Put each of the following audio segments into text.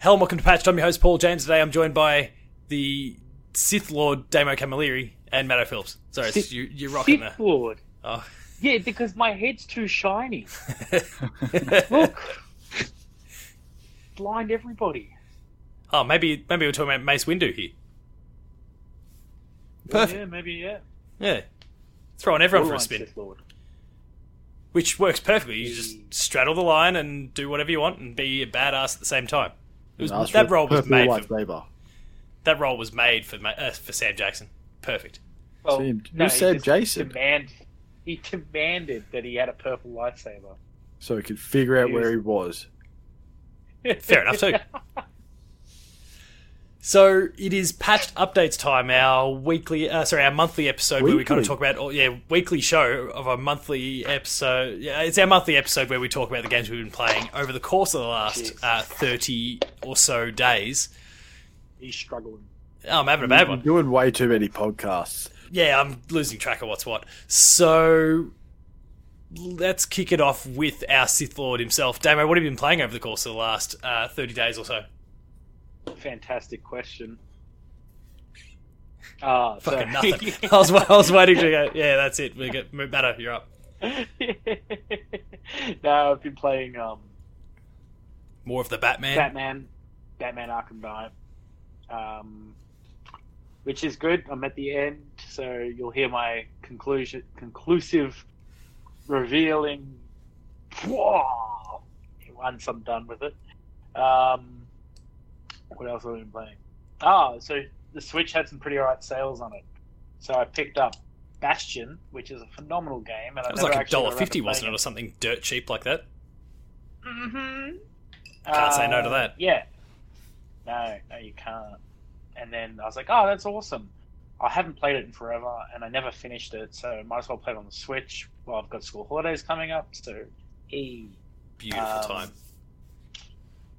Hello, and welcome to Patched. I'm your host, Paul James. Today I'm joined by the Sith Lord Damo Camilleri and Matto Phillips. Sorry, it's- Sith- you, you're rocking Sith there. Lord. Oh. Yeah, because my head's too shiny. Look. Blind everybody. oh, maybe maybe we're talking about Mace Windu here. Perfect. Yeah, maybe, yeah. Yeah. Throwing everyone for a Borderline spin, Sith Lord. which works perfectly. You just straddle the line and do whatever you want and be a badass at the same time. It was, Ask for that a role was purple made for, lightsaber. that role was made for Ma- uh, for Sam Jackson. Perfect. Well, Sam- no, you he said just Jason. Demand, he demanded that he had a purple lightsaber. so he could figure out where he was. Fair enough, too. So it is patched updates time. Our weekly, uh, sorry, our monthly episode where we kind of Weekly. talk about, all, yeah, weekly show of our monthly episode. Yeah, it's our monthly episode where we talk about the games we've been playing over the course of the last Jeez. uh, thirty or so days. He's struggling. Oh, I'm having a bad You're one. doing way too many podcasts. Yeah, I'm losing track of what's what. So let's kick it off with our Sith Lord himself, Damo. What have you been playing over the course of the last uh, thirty days or so? Fantastic question. Ah, so- Fucking nothing. I, was, I was waiting to go. Yeah, that's it. We get Matto, you're up. no, I've been playing um, More of the Batman. Batman, Batman Arkham Knight, um, which is good. I'm at the end, so you'll hear my conclusion, conclusive, revealing. Whoa! Once I'm done with it, um, what else have I been playing? Ah, so the Switch had some pretty alright sales on it, so I picked up Bastion, which is a phenomenal game, and I That was never like a actually got dollar around fifty, to wasn't playing it, or something dirt cheap like that? Mm-hmm. Can't say no to that. Yeah. No, no, you can't. And then I was like, oh, that's awesome. I haven't played it in forever, and I never finished it, so I might as well play it on the Switch. Well, I've got school holidays coming up, so e. Beautiful Um, time.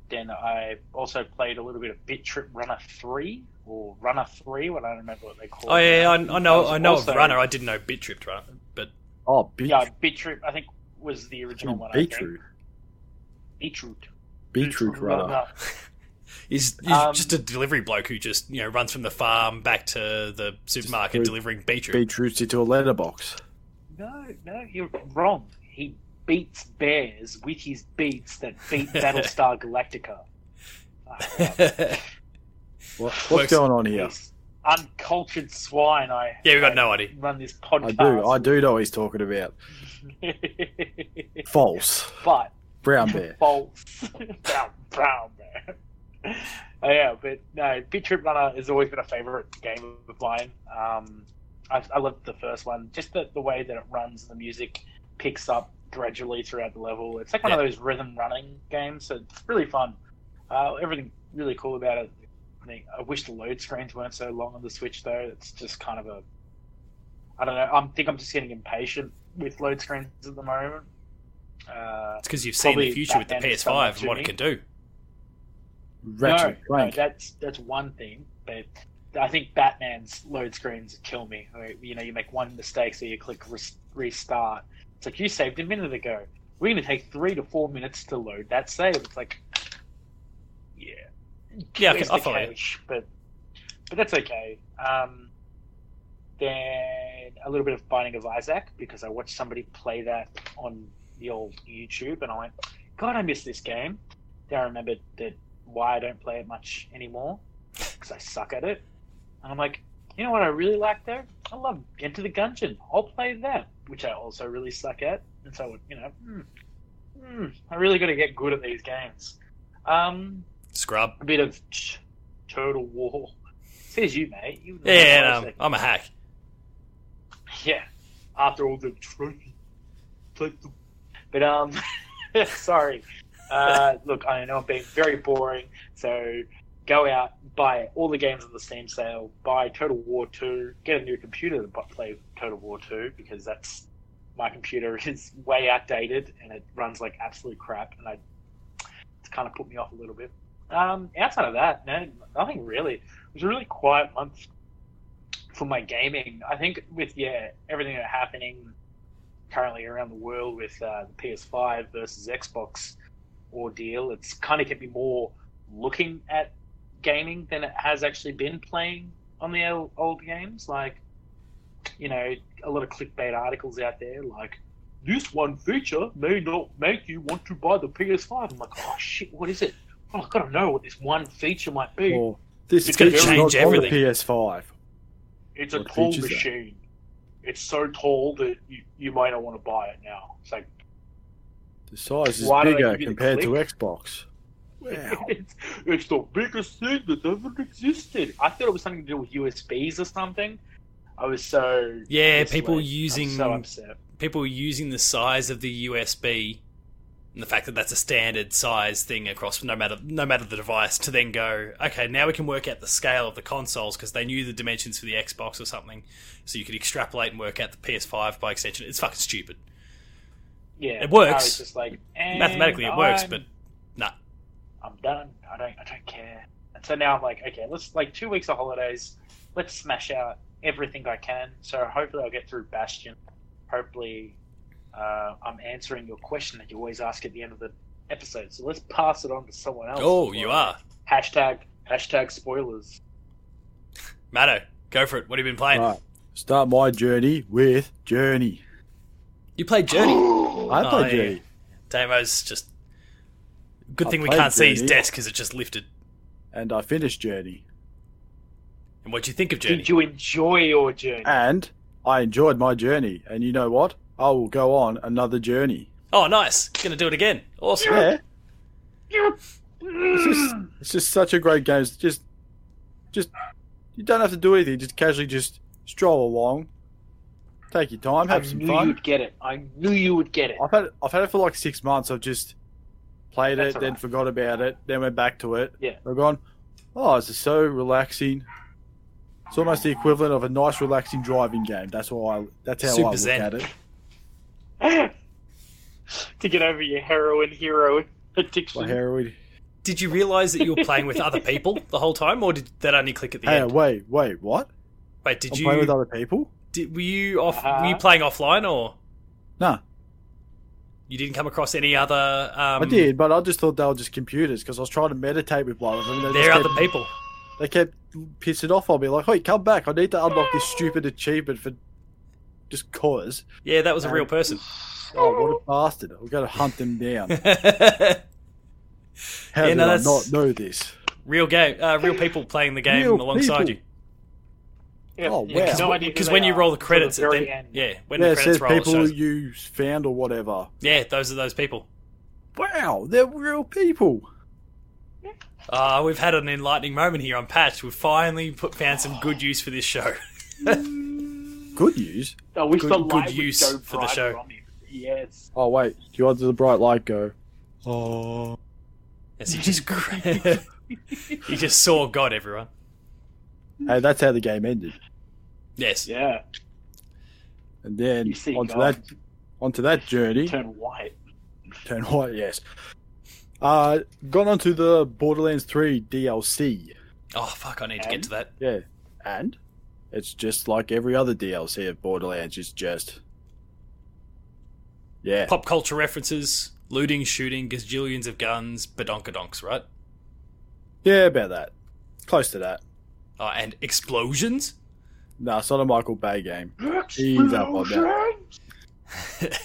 Then I also played a little bit of Bit Trip Runner Three or Runner Three, when I don't remember what they call Oh it. yeah, yeah, now. I, I know. was I know also- of Runner. I didn't know Bit Trip Runner, but Oh, beetroot. Yeah, Bit Trip. I think was the original one. I think. beetroot. Beetroot. Beetroot runner. he's, he's Um, just a delivery bloke who just you know runs from the farm back to the supermarket through- delivering Beat Trip. Beetroots into a letterbox. No, no, you're wrong. He beats bears with his beats that beat Battlestar Galactica. Ah, What, what's Works. going on here? this Uncultured swine. I yeah, we got no idea. run this I podcast. do. I do know what he's talking about. False. but Brown bear. false. brown, brown bear. Oh, yeah, but no, Bit Trip Runner has always been a favourite game of mine. Um, I, I loved the first one, just the, the way that it runs, the music picks up gradually throughout the level. It's like one Yeah. of those rhythm running games, so it's really fun. Uh, everything really cool about it. I think- I wish the load screens weren't so long on the Switch though. It's just kind of a, I don't know. I think I'm just getting impatient with load screens at the moment. Uh, It's because you've seen the Probably future with the Batman is PS5 and something what to it me. can do. Ratchet no, no, crank. that's that's one thing, but I think Batman's load screens kill me. Like, You know, you make one mistake, so you click res- restart. It's like you saved a minute ago. We're going to take three to four minutes to load that save. It's like, yeah, Yeah, I Where's can- I the follow you. cash? but but that's okay. Um, then a little bit of Binding of Isaac because I watched somebody play that on the old YouTube, and I went, God, I miss this game. Then I remembered that why I don't play it much anymore because I suck at it. And I'm like, you know what I really like though? I love Enter the Gungeon. I'll play that, which I also really suck at. And so, you know, hmm, hmm, I really got to get good at these games. Um, Scrub. a bit of t- Total War. Says you, mate. You know Yeah, what I no, say. I'm a hack. yeah. After all the trophy, take the- but um, sorry. Uh, look, I know I'm being very boring, so go out, buy all the games on the Steam sale, buy Total War Two, get a new computer to bu- play Total War Two because that's my computer is way outdated and it runs like absolute crap, and I it's kind of put me off a little bit. Um, outside of that, no, nothing really. It was a really quiet month for my gaming. I think with yeah everything that's happening currently around the world with uh, the PS5 versus Xbox ordeal, it's kind of kept me more looking at gaming than it has actually been playing on the old, old games. Like, you know, a lot of clickbait articles out there, like, this one feature may not make you want to buy the PS5. I'm like, oh shit, what is it? Well, I've got to know what this one feature might be. Well, this It's gonna feature's change not on the everything. PS5. It's a What tall features are? machine. It's so tall that you, you might not want to buy it now. It's like The size is Why do they bigger give you the compared to Xbox. Wow. it's, it's the biggest thing that ever existed. I thought it was something to do with USBs or something. I was so Yeah, misled. people I'm using- so upset. People are using the size of the USB and the fact that that's a standard size thing across no matter no matter the device to then go, okay, now we can work out the scale of the consoles because they knew the dimensions for the Xbox or something, so you could extrapolate and work out the PS5 by extension. It's fucking stupid. Yeah, It works. I was just like and Mathematically, it works, I'm- but nah. I'm done. I don't. I don't care. And so now I'm like, okay, let's like two weeks of holidays. Let's smash out everything I can. So hopefully I'll get through Bastion. Hopefully, uh, I'm answering your question that you always ask at the end of the episode. So let's pass it on to someone else. Oh, you are. Hashtag hashtag spoilers. Matto, go for it. What have you been playing? Right. Start my journey with Journey. You played Journey. I Oh, played yeah. Journey. Damo's just. Good I thing we played can't see his Journey. desk because it just lifted. And I finished Journey. And what do you think of Journey? Did you enjoy your journey? And I enjoyed my journey. And you know what? I will go on another journey. Oh, nice. Gonna do it again. Awesome. Yeah. It's just, Mm. it's just such a great game. It's just, just, you don't have to do anything. Just casually just stroll along, take your time, I have some knew fun. you'd get it. I knew you would get it. I've had I've had it for like six months. I've just played That's it, then alright. forgot about it, then went back to it. Yeah. I've gone. Oh, this is so relaxing. It's almost the equivalent of a nice, relaxing driving game. That's why. I, that's how Super I look zen. at it. to get over your heroin hero addiction. My heroin. Did you realize that you were playing with other people the whole time, or did that only click at the Hey, end? wait, wait, what? Wait, did I'm you? playing with other people. did, were you off? Uh-huh. Were you playing offline, or Nah, you didn't come across any other? Um, I did, but I just thought they were just computers because I was trying to meditate with one of them. and they There just are kept- other people. They kept pissing off on me, like, "Hey, come back! I need to unlock this stupid achievement for just cause." Yeah, that was a Um, real person. Oh, what a bastard! I've got to hunt them down. How Yeah, did no, I that's- not know this? real game. Uh, real people playing the game Real alongside people. Yeah, Oh, yeah, wow. no idea who you. Because they when you are roll the until credits, the at very the- end. yeah, when yeah, the it credits says roll, it people shows- you found or whatever. yeah, those are those people. Wow, they're real people. Uh, we've had an enlightening moment here on Patch. We've finally put, found some good use for this show. Good news. I wish Good- the good light would use go for the bright show. from him. Yes. Oh wait, do you want the bright light go? Oh, As he just gra- he just saw God, everyone. hey, that's how the game ended. Yes. Yeah. And then You see onto God that onto that journey. turn white. Turn white, yes. Uh, gone onto the Borderlands 3 DLC. Oh fuck! I need to get And? to that. Yeah, and it's just like every other DLC of Borderlands. It's just, yeah, Pop culture references, looting, shooting, gazillions of guns, badonkadonks, right? yeah, about that, close to that. Oh, and explosions. No, it's not a Michael Bay game. He's up on that.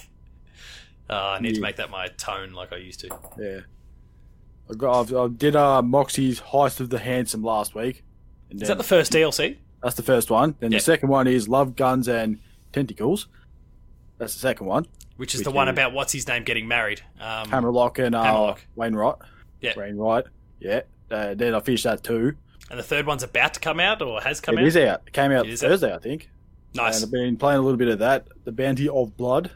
Uh, I need to Yeah. make that my tone like I used to. Yeah, I got. I've, I did uh, Moxie's Heist of the Handsome last week. And Is then- that the first DLC? that's the first one. Then Yeah. the second one is Love Guns and Tentacles. That's the second one. Which is Which the one is- about what's his name getting married? Um, Hammerlock and uh, Hammerlock. Wainwright. Yeah. Wainwright. Yeah. Uh, then I finished that too. and the third one's about to come out or has It come is out. out. It came out It is out. Thursday, I think. Nice. And I've been playing a little bit of that. The Bounty of Blood.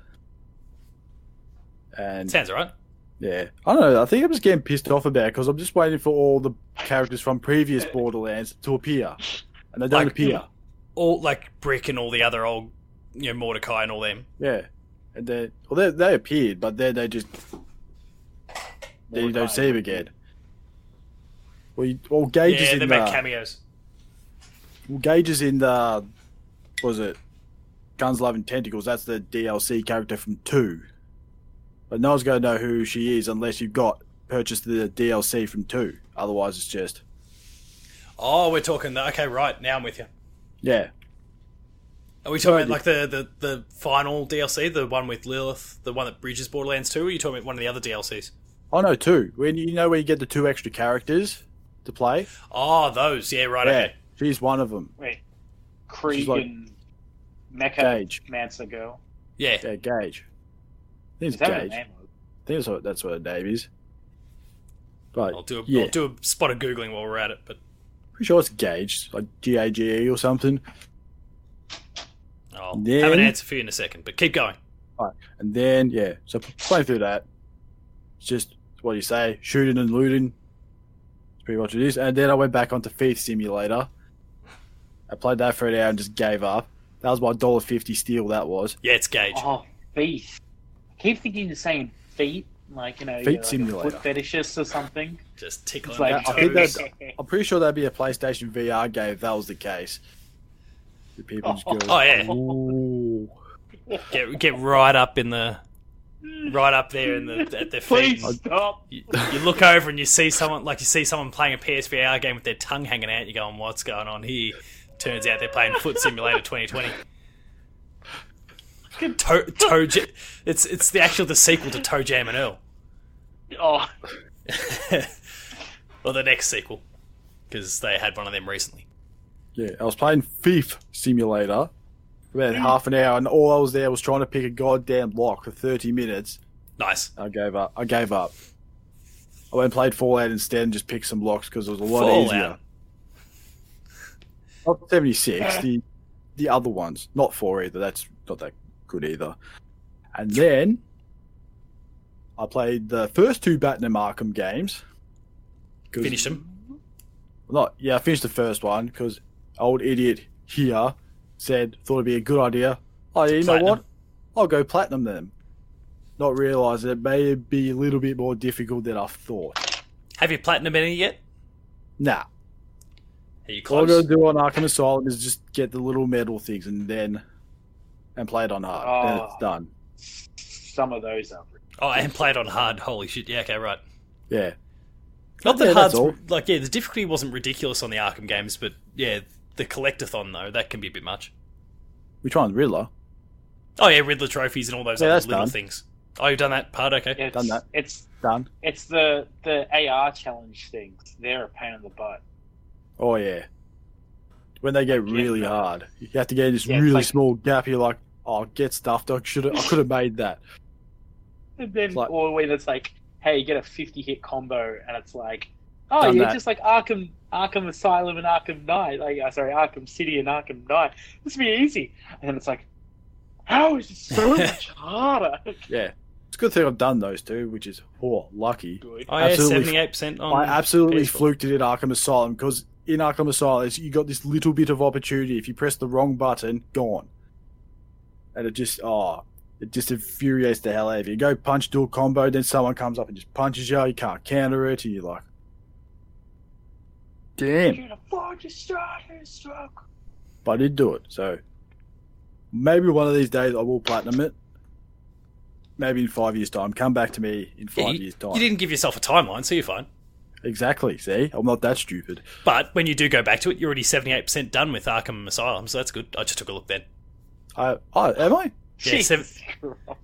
And Sounds alright. yeah, I don't know. I think I'm just getting pissed off about it because I'm just waiting for all the characters from previous Borderlands to appear, and they don't Like- appear. All like Brick and all the other old, you know, Mordecai and all them. Yeah, and they well they, they appeared, but then they just then you don't see them again. Well, you, well Gage is yeah, they in uh, make the- cameos. Well, Gage is in the. What was it? Guns, Love, and Tentacles. That's the DLC character from 2. But no one's going to know who she is unless you've got purchase the DLC from two. Otherwise, it's just Oh, we're talking. The, okay, right now I'm with you. yeah, Are we talking Sorry, about like the, the the final DLC, the one with Lilith, the one that bridges Borderlands Two? Or are you talking about one of the other DLCs? Oh no, two. When you know where you get the two extra characters to play. Oh, those. Yeah, right. Yeah, Okay. she's one of them. Wait, Krieg She's like- and Mecha Gage. Mansa go. Yeah. Yeah, Gage. I Is think it's that what her Gage. I name was? think that's what, that's what her name is. But I'll do a yeah, will do a spot of googling while we're at it. But pretty sure it's Gage, like G A G E or something. I'll have Then- an answer for you in a second. But keep going. And then yeah, so p- playing through that, it's just what do you say, shooting and looting. That's pretty much what it is. And then I went back onto Thief Simulator. I played that for an hour and just gave up. That was my dollar fifty steal. That was Yeah, it's Gage. Oh, feet. I keep thinking you're saying feet, like you know, Feet you're like a simulator. foot fetishist or something. Just tickling It's like, your I think toes. that's- I'm pretty sure that'd be a PlayStation VR game if that was the case. The people just go, Oh, yeah. "Ooh." Get get right up in the right up there in the at their feet. Please stop. You, you look over and you see someone like you see someone playing a PSVR game with their tongue hanging out. You're going, "What's going on here?" Turns out they're playing Foot Simulator 2020. Toe, toe, Ja- it's it's the actual the sequel to Toe Jam and Earl, Oh, or the next sequel, because they had one of them recently. Yeah, I was playing Thief Simulator for about half an hour, and all I was there was trying to pick a goddamn lock for 30 minutes. Nice. I gave up. I gave up. I went and played Fallout instead and just picked some locks because it was a lot Fallout. easier. Not 76, the, the other ones. Not 4 either. That's not that good either. And then I played the first two Batman Arkham games. 'Cause- Finish them. Not, yeah, I finished the first one because old idiot here said, thought it'd be a good idea. Oh, yeah, you know Platinum. what? I'll go platinum then. Not realizing it may be a little bit more difficult than I thought. Have you platinum any yet? Nah. Are you All I'm close? going to do on Arkham Asylum is just get the little metal things and then and play it on hard. Then Oh. it's done. some of those are. Oh, and played on hard. Holy shit! Yeah, okay, right. Yeah. Not that Yeah, hard's that's all. like yeah, the difficulty wasn't ridiculous on the Arkham games, but yeah, the collectathon though that can be a bit much. Which one? Riddler? Oh yeah, Riddler trophies and all those Yeah, other that's little done. things. Oh, you've done that part. Okay, It's, Done that. It's Done. it's the the AR challenge things. They're a pain in the butt. Oh, yeah. When they get yeah. really hard, you have to get in this Yeah, it's really like- small gap. You're like, oh, get stuffed. I should have. I could have made that. And then It's like- or when it's like, hey, you get a fifty hit combo, and it's like, oh, Done you're that. just like Arkham, Arkham Asylum and Arkham Knight. Like, uh, sorry, Arkham City and Arkham Knight. This would be easy. And then it's like, how is it so much harder? Yeah. It's a good thing I've done those two, which is oh lucky. Good. oh yeah, Absolutely. seventy eight percent on. I absolutely PS4. fluked it in Arkham Asylum because in Arkham Asylum it's- you got this little bit of opportunity. If you press the wrong button, gone. And it just oh it just infuriates the hell out of you. You go punch dual combo, then someone comes up and just punches you, you can't counter it, and you're like Damn. You're the largest strider, stroke. But I did do it, so maybe one of these days I will platinum it. Maybe in five years' time. Come back to me in Yeah, five you, years' time. you didn't give yourself a timeline, so you're fine. Exactly. See, I'm not that stupid. But when you do go back to it, you're already seventy eight percent done with Arkham Asylum, so that's good. I just took a look then. I, I am I? Yeah, seven- Jesus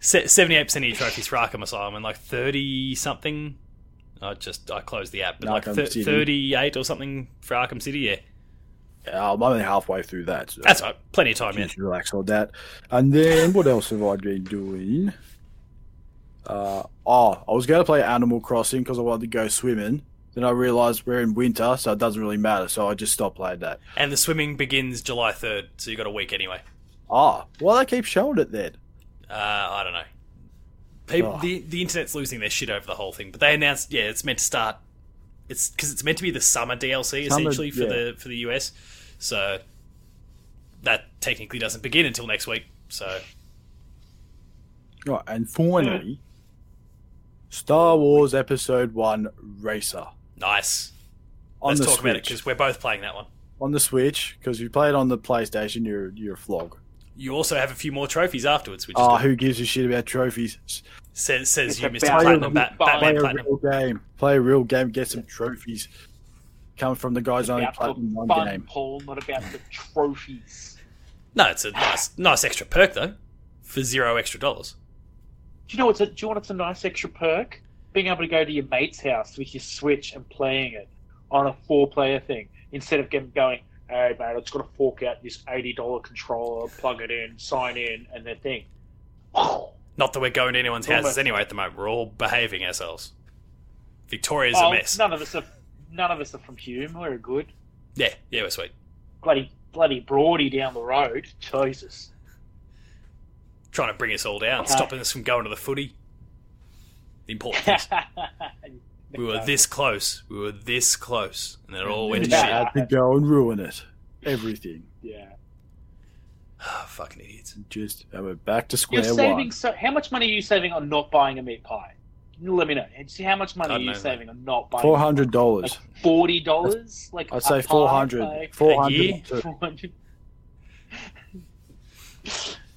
Christ. Seventy eight percent of your trophies for Arkham Asylum and like thirty something. I just I closed the app, but like Arkham City. thirty eight or something for Arkham City. Yeah, Yeah, I'm only halfway through that. So that's all right. Plenty of time you yet. should relax on that. And then what else have I been doing? Uh, oh, I was going to play Animal Crossing because I wanted to go swimming. Then I realized we're in winter, so it doesn't really matter. So I just stopped playing that. And the swimming begins July third, so you got a week anyway. Ah, why they keep showing it then? Uh, I don't know. People, Oh. the the internet's losing their shit over the whole thing. But they announced, yeah, it's meant to start. It's because it's meant to be the summer DLC Summer, essentially for yeah. the for the US. So that technically doesn't begin until next week. So Right, and finally, Star Wars Episode One Racer nice. on Let's the talk Switch. about it because we're both playing that one. on the Switch because you play it on the PlayStation, you're you're a flog. you also have a few more trophies afterwards, which is Oh, good. who gives a shit about trophies? S- says says It's you, a Mister bad- Platinum, Bat- Play a Batman Play a Platinum. real game. Play a real game. Get some trophies. Come from the guys only about platinum the one fun, game. Paul, not about the trophies. No, it's a nice nice extra perk though, for zero extra dollars. Do you know what's a, do you want what's a nice extra perk? Being able to go to your mate's house with your Switch and playing it on a four player thing instead of them going, hey mate, I just got to fork out this $80 controller, plug it in, sign in, and their thing. Not that we're going to anyone's Almost. houses anyway at the moment. We're all behaving ourselves. Victoria's Oh, a mess. None of us are none of us are from Hume. We're good. Yeah, yeah, we're sweet. Bloody bloody Broady down the road. Jesus. Trying to bring us all down, Okay. stopping us from going to the footy. The important things. We were this close. We were this close, and then it all went to Yeah, shit. Yeah. had to go and ruin it. Everything. Yeah. Ah, fucking idiots. Just and we're back to You're square saving one. so. How much money are you saving on not buying a meat pie? You Let me know. And see how much money I are don't you know, mate. saving on not buying. Four hundred Like dollars. forty dollars. Like I'd a say pie, four hundred. like, Four year? hundred. to- 400.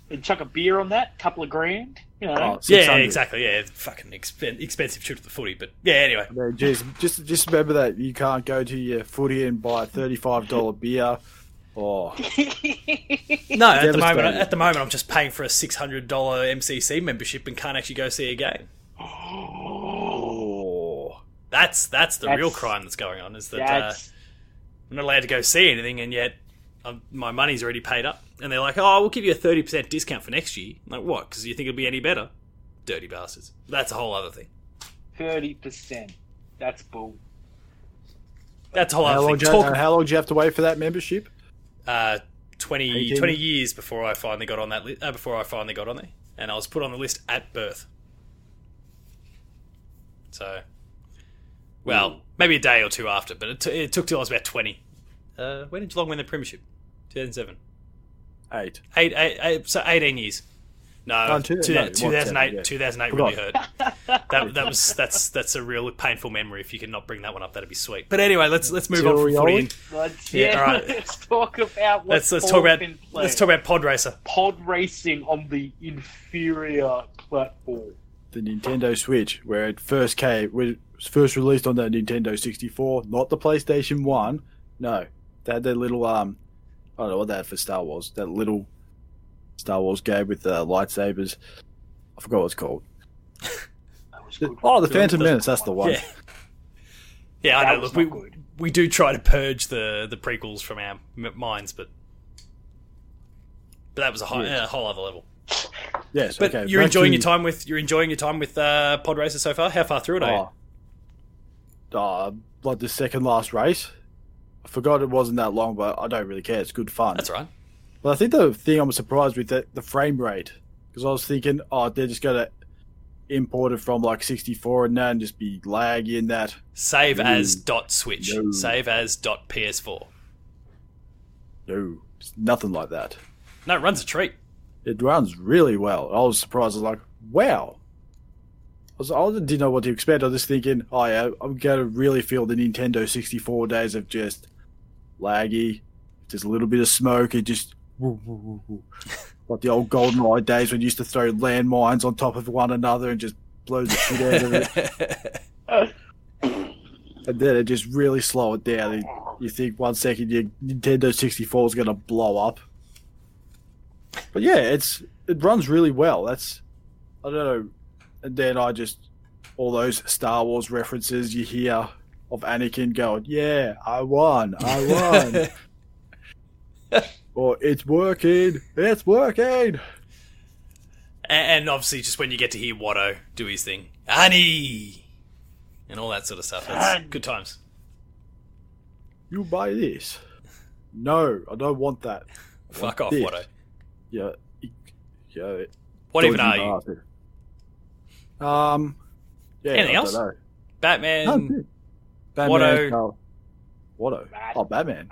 and chuck a beer on that. Couple of grand. You know. Oh, Yeah, 600. exactly. Yeah, it's fucking expen- expensive trip to the footy, but yeah. Anyway, Man, just, just just remember that you can't go to your footy and buy a thirty-five dollar beer. Oh, no. At the moment, Devastated. at the moment, I'm just paying for a six hundred dollar MCC membership and can't actually go see a game. oh. That's that's the real That's- crime that's going on. Is that uh, That's I'm not allowed to go see anything, and yet um, my money's already paid up. And they're like, "Oh, we'll give you a thirty percent discount for next year." I'm like what? Because you think it'll be any better? Dirty bastards. That's a whole other thing. thirty percent. That's bull. That's a whole How other long, thing. do you, Talk how long do you have to wait for that membership? uh, 20, 18. 20 years before I finally got on that li- uh, before I finally got on there, and I was put on the list at birth. So, well, Hmm. maybe a day or two after, but it, t- it took till I was about twenty. Uh, when did Geelong win the premiership? Two thousand seven. Eight. Eight, eight, eight, so 18 years. No, Oh, two, two- two, no, it was 2008, seven, yeah. 2008 Forgot. really hurt. That, that was that's that's a real painful memory. If you can not bring that one up, that'd be sweet. But anyway, let's let's move on from Zero footy. yard? and- Let's, Yeah, yeah, alright. let's talk about what Let's let's Paul's talk about been playing. let's talk about Pod Racer. pod racing on the inferior platform. The Nintendo Switch, where it first came, when it was first released on the Nintendo 64, not the PlayStation One. No, they had their little um, I don't know what they had for Star Wars. That little Star Wars game with the lightsabers. I forgot what it's called. That was good. Oh, the Phantom the- Menace. That's the one. Yeah, yeah. I That know. was Look, we not good. we do try to purge the the prequels from our m- minds, but but that was a, high, Yeah. a whole other level. Yes. But okay, you're back enjoying to- your time with you're enjoying your time with uh, Pod Racer so far. How far through it are you? Oh. Uh, like the second last race. I forgot it wasn't that long, but I don't really care. It's good fun. That's right. But I think the thing I'm surprised with that the frame rate because I was thinking, oh, they're just gonna import it from like 64 and then just be laggy in that. Save No. as dot switch. No. Save as dot PS4. No, it's nothing like that. No, it runs a treat. It runs really well. I was surprised. I was like, wow. I, was, I didn't know what to expect. I was just thinking, oh yeah, I'm gonna really feel the Nintendo 64 days of just laggy, just a little bit of smoke, and just woo, woo, woo, woo. like the old Golden Eye days when you used to throw landmines on top of one another and just blow the shit out of it. and then it just really slow it down. And you think one second your Nintendo 64 is going to blow up. But yeah, it's it runs really well. That's I don't know. And then I just all those Star Wars references you hear of Anakin going, "Yeah, I won, I won," or "It's working, it's working." And, and obviously, just when you get to hear Watto do his thing, Annie, and all that sort of stuff. That's Annie. good times. You buy this? No, I don't want that. Fuck off, this. Watto. Yeah, yeah. What even are dodgy you? bastard. Um, yeah, Anything I else? Don't know. Batman? No, No, dude. Batman, Watto. Carl- Watto. Oh, Batman.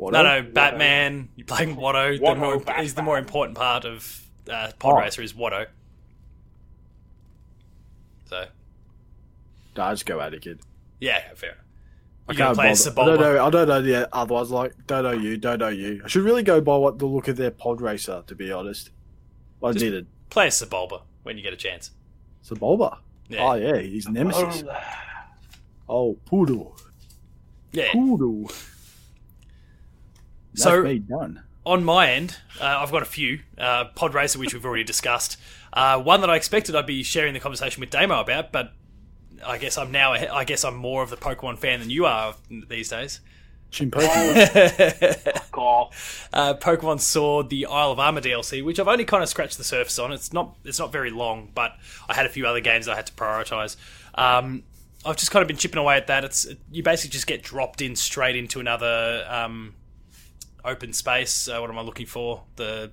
Watto. no, Batman. You're playing Watto. the Watto, more, Batman. He's the more important part of uh, Pod Oh. Racer is Watto. So, Nah, just go Anakin. yeah, fair. You're gonna play as I Sebulba. don't know. I don't know the other ones. Like don't know you, don't know you. I should really go by what the look of their pod racer. To be honest, I Just- didn't. Play as Sebulba when you get a chance. Sebulba. Yeah. Oh yeah, he's nemesis. Oh, poodle, yeah. poodle. That's So- me done. on my end, uh, I've got a few. Uh, Pod Racer, which we've already discussed. Uh, one that I expected I'd be sharing the conversation with Damo about, but I guess I'm now. I guess I'm more of the Pokemon fan than you are these days. Chimpanzee. uh, Call. Pokemon Sword, the Isle of Armor DLC, which I've only kind of scratched the surface on. It's not. It's not very long, but I had a few other games I had to prioritize. Um, I've just kind of been chipping away at that. It's you basically just get dropped in straight into another um, open space. Uh, what am I looking for? The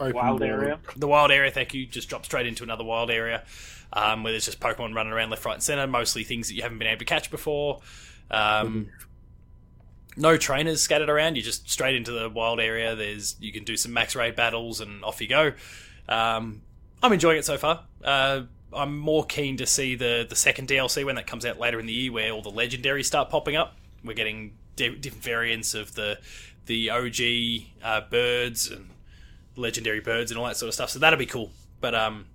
Open Wild world. area. the wild area, thank you, just drop straight into another wild area um, where there's just Pokemon running around left, right, and center. Mostly things that you haven't been able to catch before. Um, no trainers scattered around. You just straight into the wild area. There's you can do some max raid battles and off you go. Um, I'm enjoying it so far. Uh, I'm more keen to see the the second DLC when that comes out later in the year, where all the legendaries start popping up. We're getting di- different variants of the the OG uh, birds and legendary birds and all that sort of stuff. So that'll be cool. But um,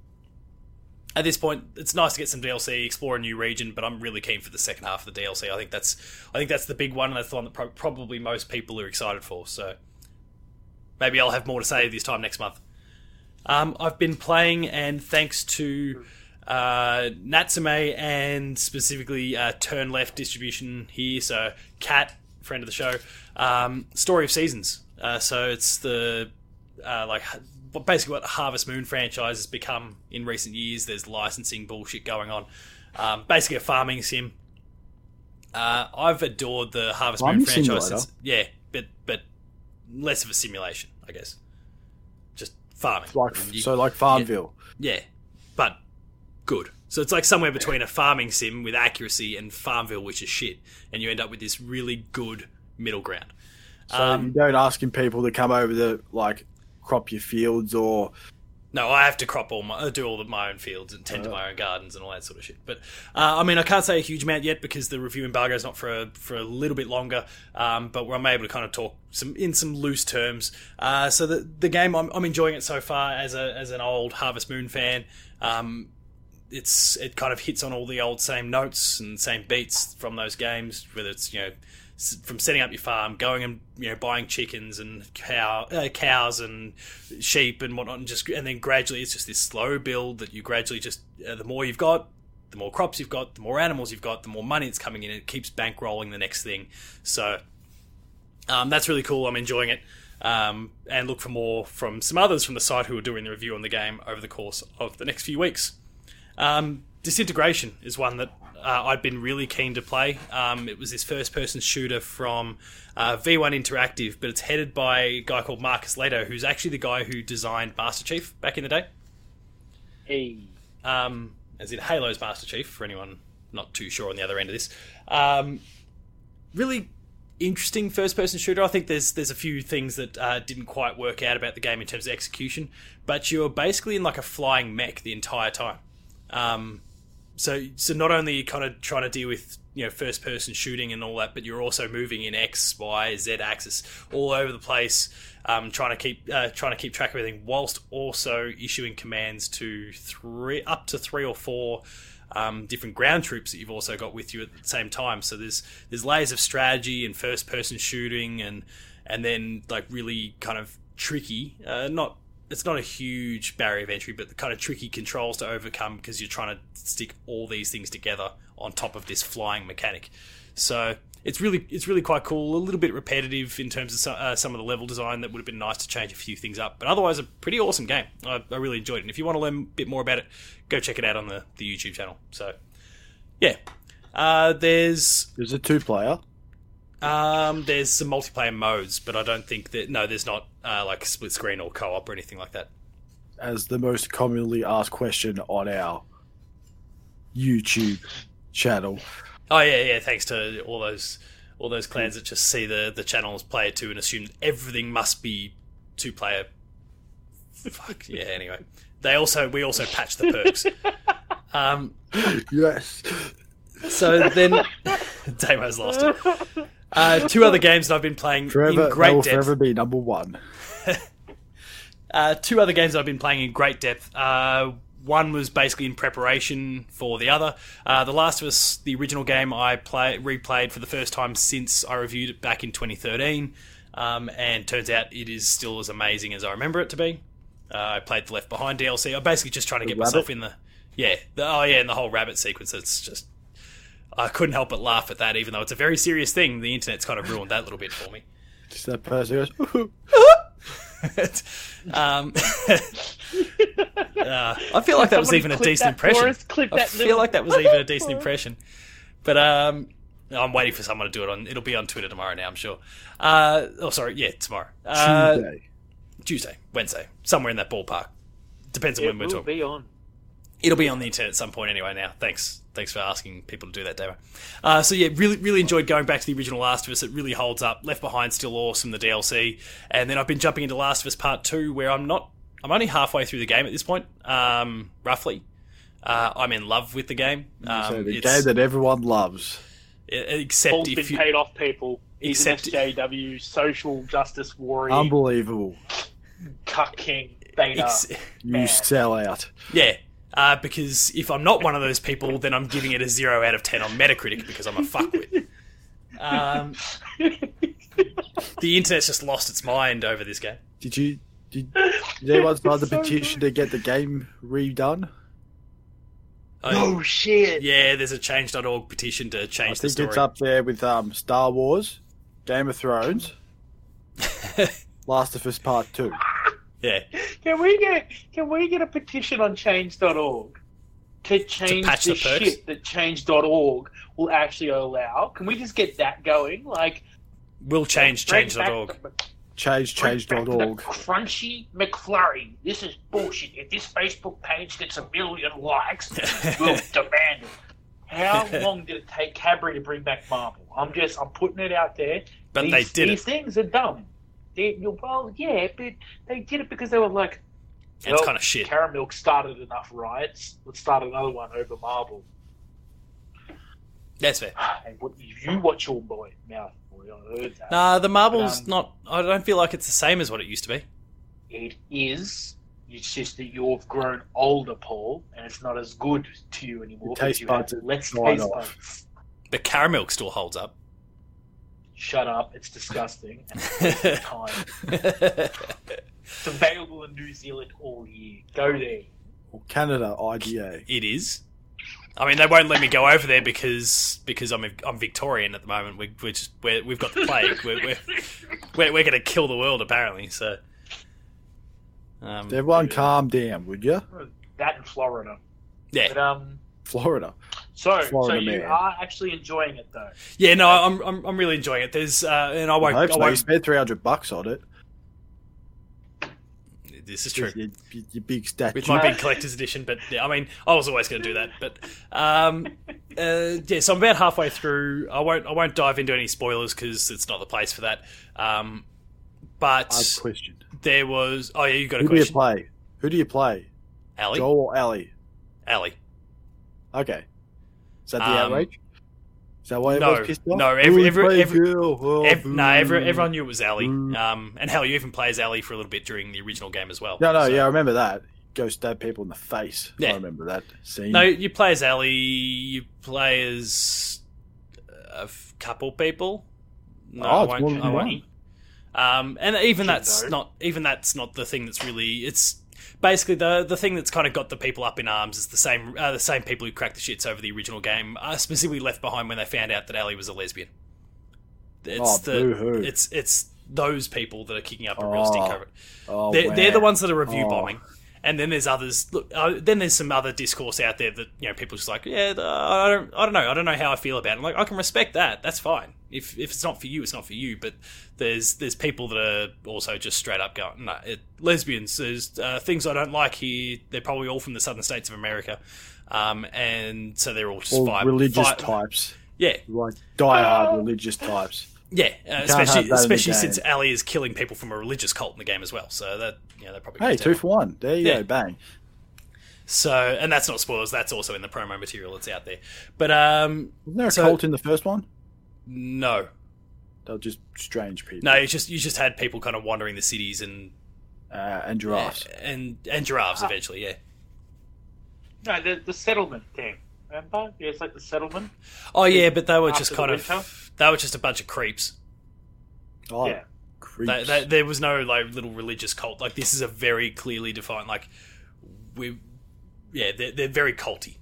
at this point, it's nice to get some DLC, explore a new region. But I'm really keen for the second half of the DLC. I think that's I think that's the big one, and that's the one that pro- probably most people are excited for. So maybe I'll have more to say this time next month. Um, I've been playing, and thanks to uh, Natsume and specifically uh, Turn Left Distribution here, so Kat, friend of the show, um, Story of Seasons. Uh, so it's the uh, like h- what- basically what the Harvest Moon franchise has become in recent years. There's licensing bullshit going on. Um, basically, a farming sim. Uh, I've adored the Harvest Moon Farming franchise. simulator? Since, yeah, but but less of a simulation, I guess. Just farming. Like You- so, like Farmville. yeah, but good. So it's like somewhere between a farming sim with accuracy and Farmville, which is shit, and you end up with this really good middle ground. So Um, you don't asking people to come over to like crop your fields or No, I have to crop all my, uh, do all of my own fields and tend to my own gardens and all that sort of shit. But uh, I mean, I can't say a huge amount yet because the review embargo is not for a, for a little bit longer. Um, but I'm able to kind of talk some in some loose terms. Uh, so the the game, I'm, I'm enjoying it so far as a as an old Harvest Moon fan. Um, it's it kind of hits on all the old same notes and same beats from those games. Whether it's you know s- from setting up your farm, going and you know buying chickens and cow uh, cows and sheep and whatnot, and just and then gradually it's just this slow build that you gradually just uh, the more you've got, the more crops you've got, the more animals you've got, the more money it's coming in. It keeps bankrolling the next thing. So um, that's really cool. I'm enjoying it. Um, and look for more from some others from the site who are doing the review on the game over the course of the next few weeks. Um, Disintegration is one that uh, I'd been really keen to play. Um, it was this first person shooter from uh, V1 Interactive, but it's headed by a guy called Marcus Leto, who's actually the guy who designed Master Chief back in the day. Hey. Um, as in Halo's Master Chief, for anyone not too sure on the other end of this. Um, really interesting first person shooter. I think there's there's a few things that uh, didn't quite work out about the game in terms of execution, but you're basically in like a flying mech the entire time. Um, so so not only are you kind of trying to deal with you know first person shooting and all that, but you're also moving in X, Y, Z axis all over the place, um, trying to keep uh, trying to keep track of everything, whilst also issuing commands to three up to three or four. Um, different ground troops that you've also got with you at the same time. So there's there's layers of strategy and first person shooting and and then like really kind of tricky, uh, not it's not a huge barrier of entry, but the kind of tricky controls to overcome because you're trying to stick all these things together on top of this flying mechanic. So it's really it's really quite cool. A little bit repetitive in terms of some, uh, some of the level design that would have been nice to change a few things up, but otherwise a pretty awesome game. I, I really enjoyed it. And if you want to learn a bit more about it, go check it out on the, the YouTube channel. So yeah, uh, there's there's a two player. um, there's some multiplayer modes, but I don't think that no, there's not uh, like split screen or co op or anything like that. As the most commonly asked question on our YouTube channel. Oh yeah, yeah. Thanks to all those all those clans that just see the the channels play it to and assume everything must be two player. Fuck yeah. Anyway, they also we also patch the perks. Um, Yes. so then Damo's lost. Uh, two other games that I've been playing Forever, in that will great depth. forever be number one. Uh, two other games I've been playing in great depth. Uh, one was basically in preparation for the other. Uh, the Last of Us, the original game, I play replayed for the first time since I reviewed it back in 2013, um, and turns out it is still as amazing as I remember it to be. Uh, I played the Left Behind DLC. I'm basically just trying to The get myself rabbit? in the yeah, the, oh yeah, and the whole rabbit sequence. It's just I couldn't help but laugh at that, even though it's a very serious thing. The internet's kind of ruined that little bit for me. Just that person who goes, "Ooh." um, uh, I feel like that was Somebody even a clip decent that for impression. us, clip I that feel little- like that was even a decent impression. But um, I'm waiting for someone to do it on. It'll be on Twitter tomorrow now, I'm sure. Uh, oh, sorry, yeah, tomorrow. Uh, Tuesday. Tuesday, Wednesday, somewhere in that ballpark. Depends on It when we're will talking. be on. It'll be on the internet at some point anyway. Now, thanks, thanks for asking people to do that, Damo. Uh, so yeah, really, really enjoyed going back to the original Last of Us. It really holds up. Left Behind still awesome, the DLC, and then I've been jumping into Last of Us Part Two, where I'm not. I'm only halfway through the game at this point, um, roughly. Uh, I'm in love with the game, um, so the game it's- e, that everyone loves. except Paul's if been you, paid off, people. He's an Except- SJW social justice warrior, Unbelievable. cuck king, beta. ex- You Man. sell out. yeah, uh, because if I'm not one of those people, then I'm giving it a zero out of ten on Metacritic because I'm a fuckwit. Um, the internet's just lost its mind over this game. Did you? Did, did anyone sign the It's so petition to get the game redone? Oh, oh shit! yeah, there's a change.org petition to I change the think story. it's up there with um, Star Wars, Game of Thrones, Last of Us Part Two. yeah, Can we get can we get a petition on change.org to change patch the, the perks? shit that change.org will actually allow? Can we just get that going? Like we'll change bring back change.org. the- Change bring back the change.org. Crunchy McFlurry. This is bullshit. If this Facebook page gets a million likes, we'll demand it. How long did it take Cadbury to bring back Marvel? I'm just I'm putting it out there. But these, they did these it, things are dumb. They, well, yeah, but they did it because they were like, and it's well, kind of shit. Caramilk started enough riots. Let's start another one over Marvel. That's fair. And what, you watch your boy mouth. boy, I heard that. Nah, the marble's Um, not. I don't feel like it's the same as what it used to be. It is. It's just that you've grown older, Paul, and it's not as good to you anymore. Your because taste you buds have less died taste off. buds. The caramel still holds up. Shut up! It's disgusting. And it's a waste of time. It's available in New Zealand all year. Go there. Or Canada IGA. It is. I mean, they won't let me go over there because because I'm I'm Victorian at the moment. We, we're just we're, we've got the plague. we're we're, we're, we're going to kill the world apparently. So, um, Everyone, calm down, would you? That in Florida. yeah, But um, Florida. so Florida so you man. are actually enjoying it though. yeah. No, I'm I'm, I'm really enjoying it. There's uh, and I I won't. I hope so. You won't spent three hundred bucks on it. this is true. Your, your- your big statue. with my big collector's edition. But yeah, I mean, I was always going to do that. But um, uh, yeah, so I'm about halfway through. I won't I won't dive into any spoilers because it's not the place for that. Um, but Hard question. there was oh yeah, you got a Who do you question, play? Who do you play? Ali? Joel or Ellie? Ali. Okay. Is that the Um, outrage? Is that why no, everyone's pissed off? no, Who every- would every- play every- Joel? Oh, Ev- no, every, boo. everyone knew it was Ali. Mm. Um, and hell, you even play as Ali for a little bit during the original game as well. No, no, So- yeah, I remember that. Go stab people in the face. Yeah. I remember that scene. No, you play as Ali. You play as a f- couple people. No, Oh, I it's more won't. than I won't. one. Um, and even that's though. not even that's not the thing that's really. It's basically the the thing that's kind of got the people up in arms is the same uh, the same people who cracked the shits over the original game are specifically left behind when they found out that Ali was a lesbian. oh, It's the boo-hoo. it's it's those people that are kicking up a real stink Oh. over it oh, they're, wow. they're the ones that are review Oh. bombing. And then there's others. Look, uh, then there's some other discourse out there that you know people just like, yeah, uh, I don't, I don't know, I don't know how I feel about it. I'm like, I can respect that. That's fine. If if it's not for you, it's not for you. But there's there's people that are also just straight up going, no, it, lesbians. There's uh, things I don't like here. They're probably all from the southern states of America, um, and so they're all just All vi- religious vi- types. Yeah, Like diehard Oh. religious types. yeah. Uh, have that in especially the especially game. since Ali is killing people from a religious cult in the game as well. So that you know that probably Hey, goes down two well. for one. There you Yeah. go, bang. So, and that's not spoilers. That's also in the promo material that's out there. But um, Wasn't there a So- cult in the first one? No, They're just strange people. no. You just you just had people kind of wandering the cities and Uh, and giraffes. and and Ah. giraffes eventually. Yeah. No, the, the settlement thing. Remember? Yeah, it's like the settlement. Oh yeah, but they were After just the kind of winter? they were just a bunch of creeps. Oh, Yeah. creeps. They, they, there was no like little religious cult. Like this is a very clearly defined. Like we, yeah, they're, they're very culty,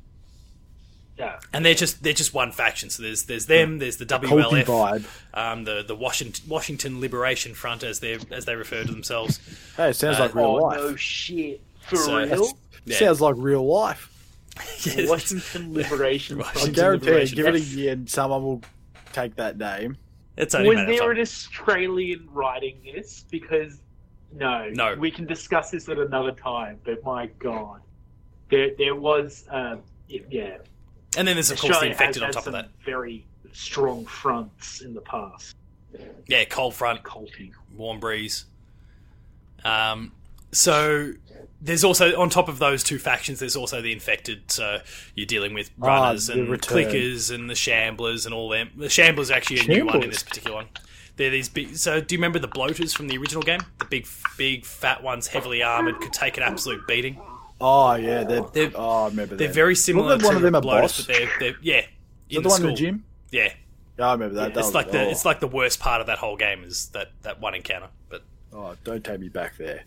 Yeah. and they're just they're just one faction. So there's there's them. There's the Culty WLF, vibe. um, the the Washington Washington Liberation Front as they as they refer to themselves. Hey, it sounds Uh, like real oh life. no shit. For So- real? Yeah. Sounds like real life. Yes. Washington Liberation. Right. I Washington guarantee you, Liberation. give it a year and someone will take that name. It's only a Was matter of there time. an Australian writing this? Because no, No. we can discuss this at another time. But my god, there there was um, y- yeah. And then there's of course the Australia has infected on had top of some that. Very strong fronts in the past. Yeah, cold front, Culty. warm breeze. Um, so there's also on top of those two factions, there's also the infected. So you're dealing with Ah, runners the and return. clickers and the shamblers and all them. The shamblers are actually a new one in Shamblers? this particular one. They're these big. So do you remember the bloaters from the original game? The big, big fat ones, heavily armored, could take an absolute beating. Oh yeah, they're, They're- oh I remember They're them. very similar Wasn't to one of them a bloaters, boss? but they're, they're yeah. Is that In the one in school. the gym. Yeah, Yeah, I remember that. that it's was- like the oh, it's like the worst part of that whole game is that that one encounter. But oh, don't take me back there.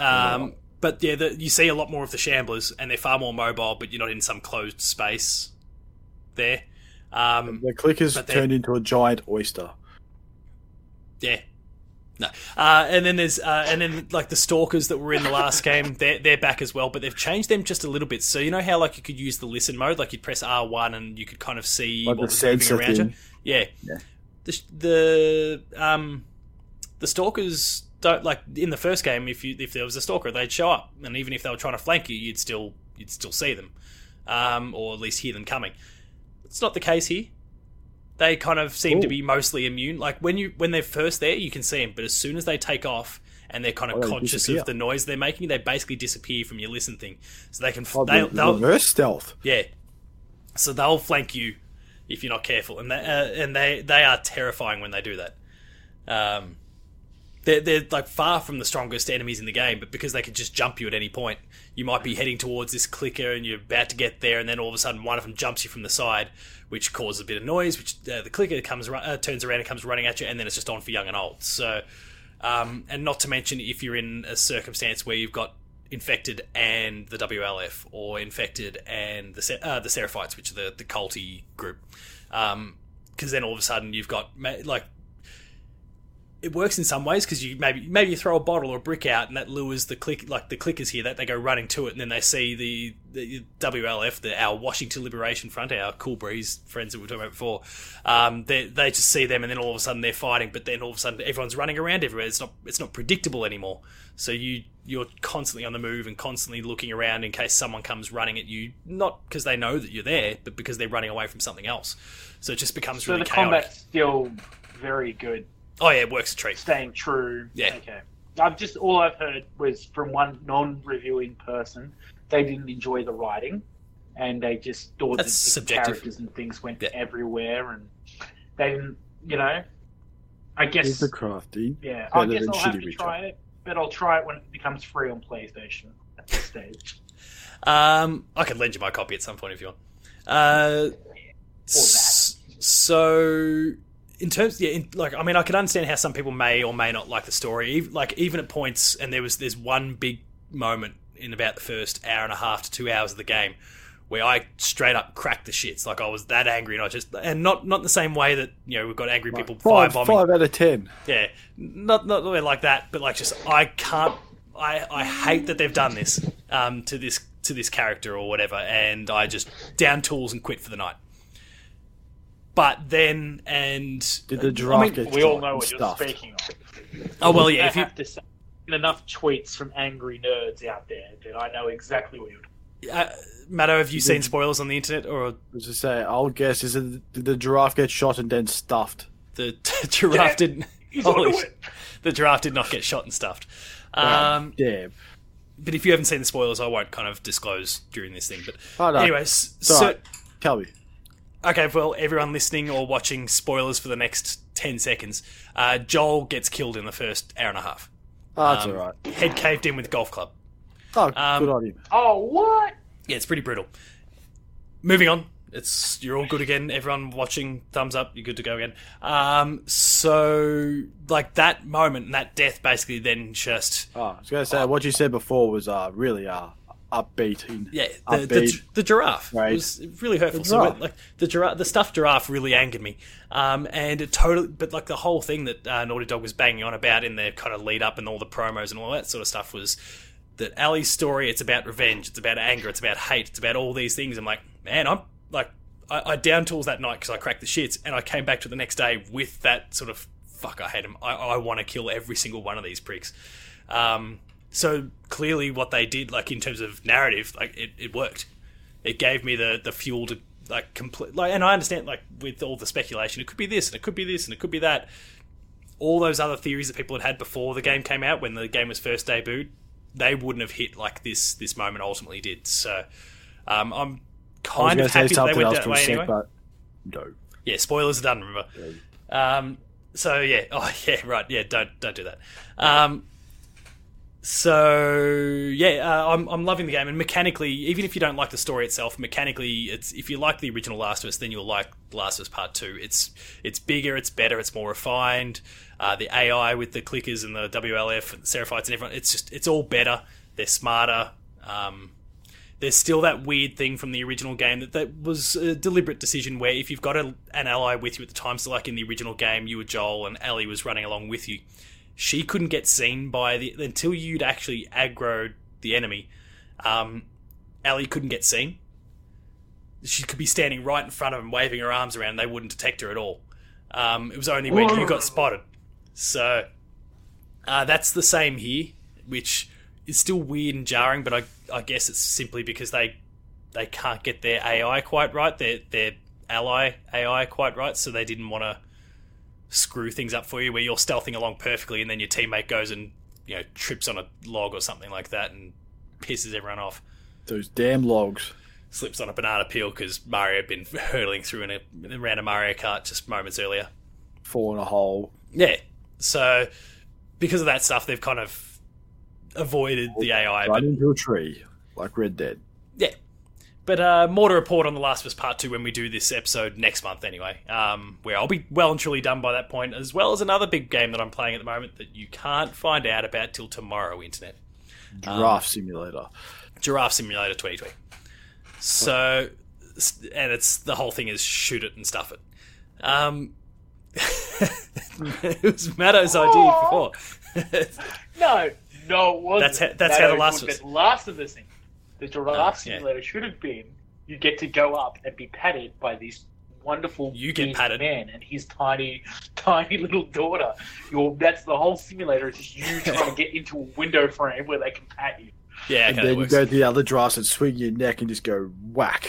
um, but yeah, the, you see a lot more of the shamblers, and they're far more mobile. But you're not in some closed space there. Um, The clickers But they- turned into a giant oyster. yeah, no. Uh, and then there's uh, and then like the stalkers that were in the last game. They're they're back as well, but they've changed them just a little bit. So you know how like you could use the listen mode, like you'd press R one and you could kind of see Like what the was moving sensor around you. thing. Yeah. Yeah. The sh- the um the stalkers don't like in the first game if you if there was a stalker they'd show up and even if they were trying to flank you you'd still you'd still see them um or at least hear them coming. It's not the case here. They kind of seem to Ooh. be mostly immune. Like when you when they're first there you can see them, but as soon as they take off and they're kind of Oh, they conscious disappear. of the noise they're making, they basically disappear from your listen thing. So they can f Oh, they, the- the they'll reverse stealth. yeah. So they'll flank you if you're not careful, and they, uh, and they they are terrifying when they do that. Um, they're they're like far from the strongest enemies in the game, but because they could just jump you at any point, you might be heading towards this clicker and you're about to get there, and then all of a sudden one of them jumps you from the side, which causes a bit of noise. Which uh, the clicker comes ru- uh, turns around and comes running at you, and then it's just on for young and old. So, um, and not to mention if you're in a circumstance where you've got infected and the WLF, or infected and the Se- uh, the Seraphites, which are the the culty group, because then all of a sudden you've got ma- like it works in some ways because you maybe maybe you throw a bottle or a brick out and that lures the click like the clickers here that they go running to it and then they see the, the WLF the our Washington Liberation Front our Cool Breeze friends that we were talking about before um, they they just see them and then all of a sudden they're fighting but then all of a sudden everyone's running around everywhere it's not it's not predictable anymore so you you're constantly on the move and constantly looking around in case someone comes running at you not because they know that you're there but because they're running away from something else so it just becomes So really the chaotic combat's still very good, oh yeah it works a treat staying true. Yeah. Okay. I've just all I've heard was from one non-reviewing person. They didn't enjoy the writing, and they just thought That's that the subjective. characters and things went Yeah. everywhere, and they didn't. You know, I Is guess. the crafty. Yeah, I better guess than I'll have Shitty to Reacher. try it, but I'll try it when it becomes free on PlayStation at this stage. Um, I could lend you my copy at some point if you want. Uh, s- so in terms, yeah, in, like I mean, I can understand how some people may or may not like the story. Ev- Like even at points, and there was there's one big moment in about the first hour and a half to two hours of the game where I straight up cracked the shits. Like I was that angry, and I just and not not in the same way that you know we've got angry people Five, firebombing five out of ten. yeah, not not really like that, but like just I can't. I I hate that they've done this um, to this to this character or whatever, and I just down tools and quit for the night. But then and Did the giraffe mean, get We all shot know and what stuffed? you're speaking of. oh well, I yeah. If you have to say, enough tweets from angry nerds out there that I know exactly what you're talking uh, Matto, have you seen spoilers on the internet or As I say, I'll guess is it, did the giraffe get shot and then stuffed? the giraffe did? He's Holy onto sh- it. the giraffe did not get shot and stuffed. Um, Damn. but if you haven't seen the spoilers, I won't kind of disclose during this thing. But Oh, no. anyways, It's all so right. Tell me. Okay, well, everyone listening or watching, spoilers for the next 10 seconds. Uh, Joel gets killed in the first hour and a half. Ah, Oh, that's Um, all right. Head caved in with golf club. Oh, um, good on him. Oh, what? Yeah, it's pretty brutal. Moving on. It's you're all good again. Everyone watching, thumbs up. You're good to go again. Um, so like that moment, that death, basically, then just Ah. Oh, I was going to say what you said before was uh, really uh, upbeat. in- yeah, the, the, Upbeat. the giraffe Right. was really hurtful. The so giraffe. like the giraffe, the stuffed giraffe really angered me. Um, and it totally, but like the whole thing that uh, Naughty Dog was banging on about in their kind of lead up and all the promos and all that sort of stuff was that Ali's story. It's about revenge. It's about anger. It's about hate. It's about all these things. I'm like, man, I'm like, I, I down tools that night because I cracked the shits, and I came back to the next day with that sort of fuck. I hate him. I, I want to kill every single one of these pricks. Um, so clearly, what they did, like in terms of narrative, like it, it worked. It gave me the the fuel to like complete. Like, and I understand, like with all the speculation, it could be this, and it could be this, and it could be that. All those other theories that people had had before the game came out, when the game was first debuted, they wouldn't have hit like this. This moment ultimately did. So, um, I'm I was kind of going to say happy that they something went else that for a way sec, anyway. but no. Yeah, spoilers are done. Remember. Um, so yeah, oh yeah, right, yeah. Don't don't do that. Um, so yeah, uh, I'm I'm loving the game, and mechanically, even if you don't like the story itself, mechanically, it's if you like the original Last of Us, then you'll like Last of Us Part Two. It's it's bigger, it's better, it's more refined. Uh, the AI with the clickers and the WLF and Seraphites and everyone, it's just it's all better. They're smarter. Um, there's still that weird thing from the original game that that was a deliberate decision where if you've got a, an ally with you at the time, so like in the original game, you were Joel and Ellie was running along with you, she couldn't get seen by the until you'd actually aggroed the enemy. Um, Ellie couldn't get seen. She could be standing right in front of him, waving her arms around. They wouldn't detect her at all. Um, it was only when you got spotted. So uh, that's the same here, which is still weird and jarring, but I, I guess it's simply because they they can't get their AI quite right, their their ally AI quite right, so they didn't want to screw things up for you where you're stealthing along perfectly and then your teammate goes and you know trips on a log or something like that and pisses everyone off. Those damn logs. Slips on a banana peel because Mario had been hurtling through in a, in a random Mario Kart just moments earlier. Fall in a hole. Yeah. So because of that stuff, they've kind of avoided the AI. right But into a tree. Like Red Dead. yeah. But uh, more to report on The Last of Us Part 2 when we do this episode next month, anyway, um, where I'll be well and truly done by that point, as well as another big game that I'm playing at the moment that you can't find out about till tomorrow, internet. Um, Giraffe simulator. Giraffe Simulator 2020. So, s- and it's the whole thing is shoot it and stuff it. Um, it was Matto's idea before. No, no, it wasn't. That's how- that's how the That last would was. have been last of this thing. The giraffe yeah. simulator should have been you get to go up and be patted by this wonderful You get big patted. man and his tiny, tiny little daughter. Your that's the whole simulator. It's just you trying to get into a window frame where they can pat you. yeah, okay, and that then you works. go to the other drafts and swing your neck and just go whack.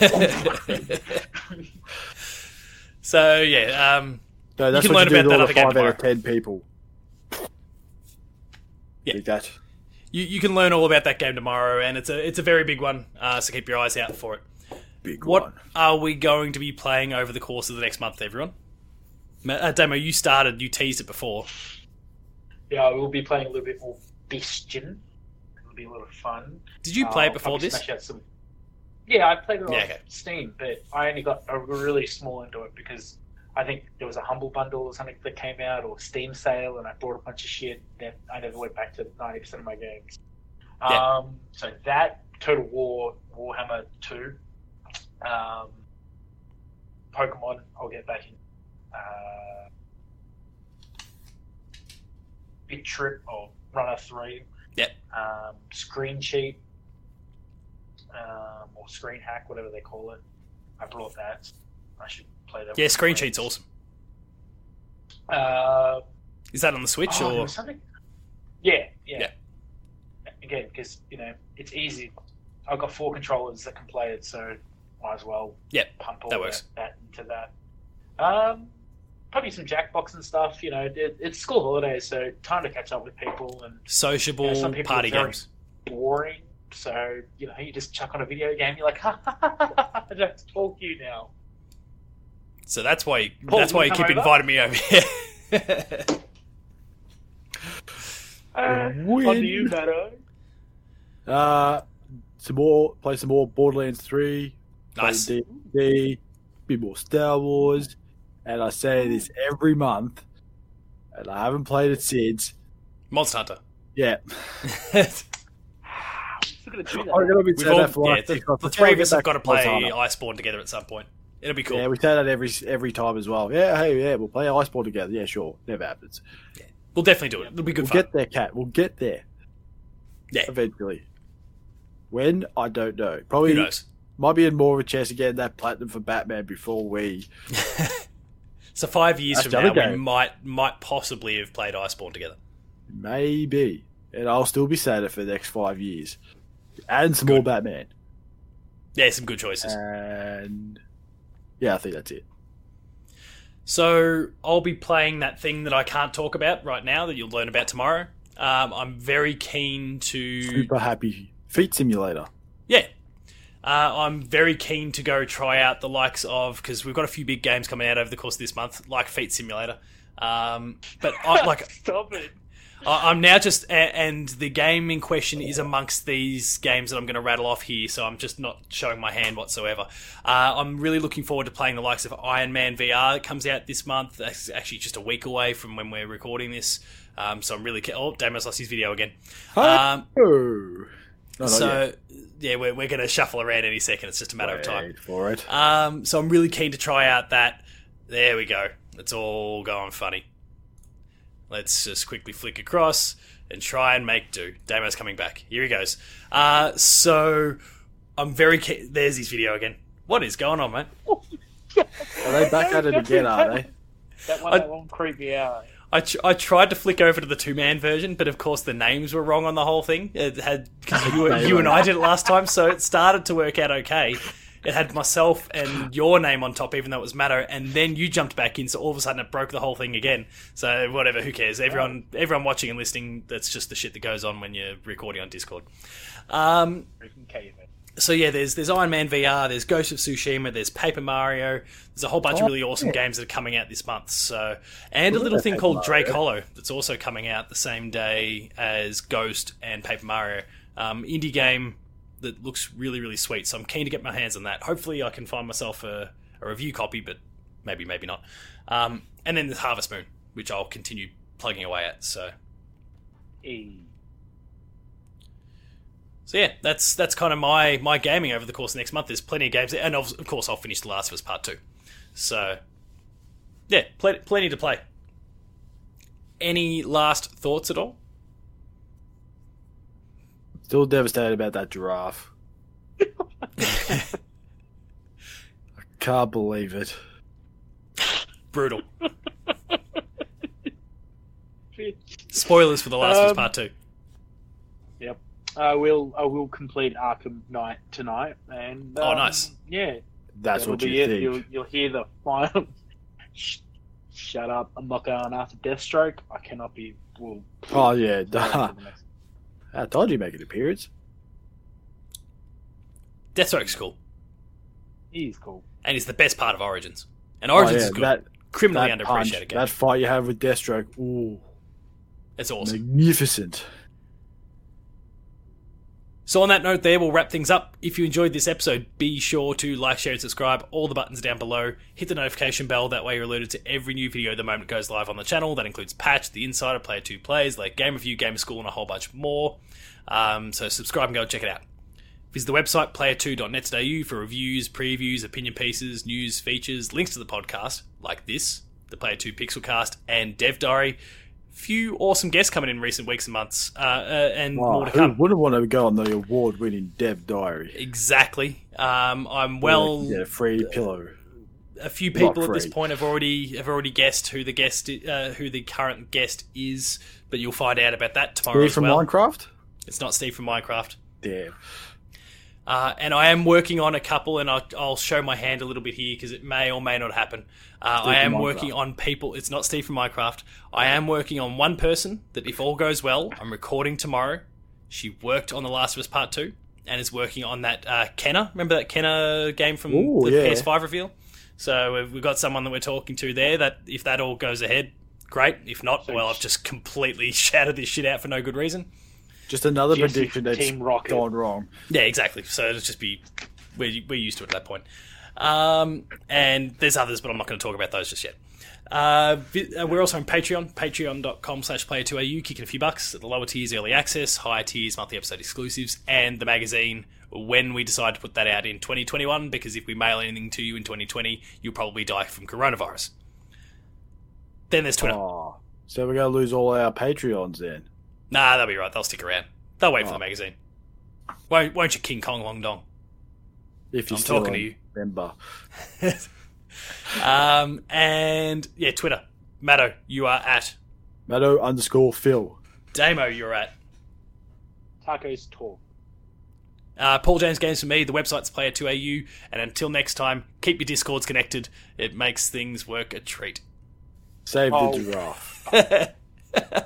so yeah, um, No, that's can what learn about that you do to all the other game five out of ten people. Yeah. Like that. you, you can learn all about that game tomorrow, and it's a it's a very big one. Uh, so keep your eyes out for it. Big What one. are we going to be playing over the course of the next month, everyone? Ma- Uh, Demo, you started, you teased it before. Yeah, we'll be playing a little bit more Bastion. It'll be a lot of fun. Did you play Uh, it before probably this? smash out some- Yeah, I played it on Yeah, okay. Steam, but I only got a really small into it because I think there was a Humble Bundle or something that came out or Steam sale, and I bought a bunch of shit. Then I never went back to ninety percent of my games. Yeah. Um, so that Total War, Warhammer Two, um, Pokemon, I'll get back in. Uh, Bit Trip or Runner Three Yep. um, screen cheat um, or screen hack, whatever they call it. I brought that. I should play that. Yeah, with screen my cheat's friends. awesome. Uh, Is that on the Switch oh, there or was something. Yeah, yeah. Yeah. Again, because you know it's easy. I've got four controllers that can play it, so might as well. Yep, Pump all that that, works. that into that. Um, probably some Jackbox and stuff. You know, it, it's school holidays, so time to catch up with people and sociable Yeah, some people party are very- games? boring. So you know, you just chuck on a video game. You're like, ha ha ha! ha, ha I don't have to talk to you now. So that's why you, Paul, that's why you you keep come over? inviting me over here. Uh, Win. on to you, Matto. Uh, some more, play some more Borderlands 3. play nice. D&D, bit more Star Wars. And I say this every month, and I haven't played it since. Monster Hunter. Yeah. Still gonna do I'm that. going to be We've saying all, that for yeah, like the, six months. the Let's three go of get us have back got to to Monster play Hunter. Iceborne together at some point. It'll be cool. Yeah, we say that every every time as well. Yeah, hey, yeah, we'll play Iceborne together. Yeah, sure. Never happens. We'll definitely do it. It'll be good we'll fun. get there, cat. We'll get there. Yeah. Eventually. When? I don't know. Who Probably knows? might be in more of a chance of getting that platinum for Batman before we. So five years That's from now, the other we game. might might possibly have played Iceborne together. Maybe. And I'll still be sadder for the next five years. And some more Batman. Yeah, some good choices. And. Yeah, I think that's it. So I'll be playing that thing that I can't talk about right now that you'll learn about tomorrow. Um, I'm very keen to Super happy. Feet Simulator. yeah. Uh, I'm very keen to go try out the likes of because we've got a few big games coming out over the course of this month, like Feet Simulator. Um, but I, like Stop it. I- I'm now just, a- and the game in question is amongst these games that I'm going to rattle off here, so I'm just not showing my hand whatsoever. Uh, I'm really looking forward to playing the likes of Iron Man VR that comes out this month. That's actually just a week away from when we're recording this, um, so I'm really. Ca- oh, damn, I lost his video again. Um, Oh. No, not yet. so, yeah, we're, we're going to shuffle around any second. It's just a matter of time. Wait for it. Um, so I'm really keen to try out that. There we go. It's all going funny. Let's just quickly flick across and try and make do. Damo's coming back. Here he goes. Uh, so I'm very keen. There's his video again. What is going on, mate? Are they back at it again, are they? That one, I- that one creepy hour. I, tr- I tried to flick over to the two man version, but of course the names were wrong on the whole thing. It had because you, were- you and I did it last time, so it started to work out okay. It had myself and your name on top, even though it was Matto, and then you jumped back in, so all of a sudden it broke the whole thing again. So whatever, who cares? Everyone, everyone watching and listening, that's just the shit that goes on when you're recording on Discord. Um, Freaking caveman. so yeah, there's there's Iron Man VR, there's Ghost of Tsushima, there's Paper Mario. There's a whole bunch Oh, of really awesome games that are coming out this month. So and a little thing Paper called Mario. Drake Hollow that's also coming out the same day as Ghost and Paper Mario. Um, indie game that looks really really sweet. So I'm keen to get my hands on that. Hopefully I can find myself a, a review copy, but maybe maybe not. Um, and then there's Harvest Moon, which I'll continue plugging away at. So E. So yeah, that's that's kind of my my gaming over the course of next month. There's plenty of games, and of, of course I'll finish The Last of Us Part Two. So yeah, pl- plenty to play. Any last thoughts at all? Still devastated about that giraffe. I can't believe it. Brutal. Spoilers for The Last of Us Um, Part Two. Yep. I will. I will uh, complete Arkham Knight tonight. And Oh, um, nice. Yeah. That's that'll what you be it. think. You'll, you'll hear the final. Sh- Shut up! I'm not going after Deathstroke. I cannot be. Well, Oh yeah, duh. sorry, I told you make an appearance. Deathstroke's cool, he's cool. and it's the best part of Origins. And Origins oh, yeah, is good. That, Criminally that, punch, underappreciated game. that fight you have with Deathstroke, ooh, it's awesome. magnificent. So on that note there, we'll wrap things up. If you enjoyed this episode, be sure to like, share, and subscribe. All the buttons down below. Hit the notification bell, that way you're alerted to every new video the moment it goes live on the channel. That includes Patch, The Insider, Player 2 Plays, like Game Review, Game School, and a whole bunch more. Um, so subscribe and go and check it out. Visit the website player2.net.au for reviews, previews, opinion pieces, news, features, links to the podcast, like this, the Player 2 Pixelcast, and Dev Diary. Few awesome guests coming in recent weeks and months, uh, uh, and Wow, more to Oh, who come. wouldn't want to go on the award-winning Dev Diary? Exactly. Um, I'm well. uh, yeah, free pillow. A few people Not at this free. point have already have already guessed who the guest i- uh, who the current guest is, but you'll find out about that tomorrow Free as from well. Minecraft? It's not Steve from Minecraft. Damn. Uh, and I am working on a couple, and I'll, I'll show my hand a little bit here because it may or may not happen. Uh, Steve I am from Minecraft. working on people. It's not Steve from Minecraft. I am working on one person that, if all goes well, I'm recording tomorrow. She worked on The Last of Us Part Two and is working on that uh, Kenna. Remember that Kenna game from Ooh, the yeah. PS5 reveal? So we've, we've got someone that we're talking to there. That if that all goes ahead, great. If not, So- well, I've just completely shouted this shit out for no good reason. Just another Yes, prediction that's Team Rocket. gone wrong. Yeah, exactly. So it'll just be we're we're used to it at that point. Um, and there's others, but I'm not going to talk about those just yet. Uh, vi- uh, we're also on Patreon, patreon.com slash player2au, kicking a few bucks at the lower tiers, early access, higher tiers, monthly episode exclusives, and the magazine when we decide to put that out in 2021, because if we mail anything to you in 2020, you'll probably die from coronavirus. Then there's Twitter. Aw. Oh. so we're going to lose all our Patreons then. Nah, they'll be right. They'll stick around. They'll wait for Oh. the magazine. Won't, won't you, King Kong Long Dong? If you're I'm still talking a to you. member. um, and yeah, Twitter. Matto, you are at. Maddo underscore Phil. Damo, you're at. Tacos talk. Uh, Paul James Games for me. The website's player2au. And until next time, keep your discords connected. It makes things work a treat. Save Oh. the giraffe.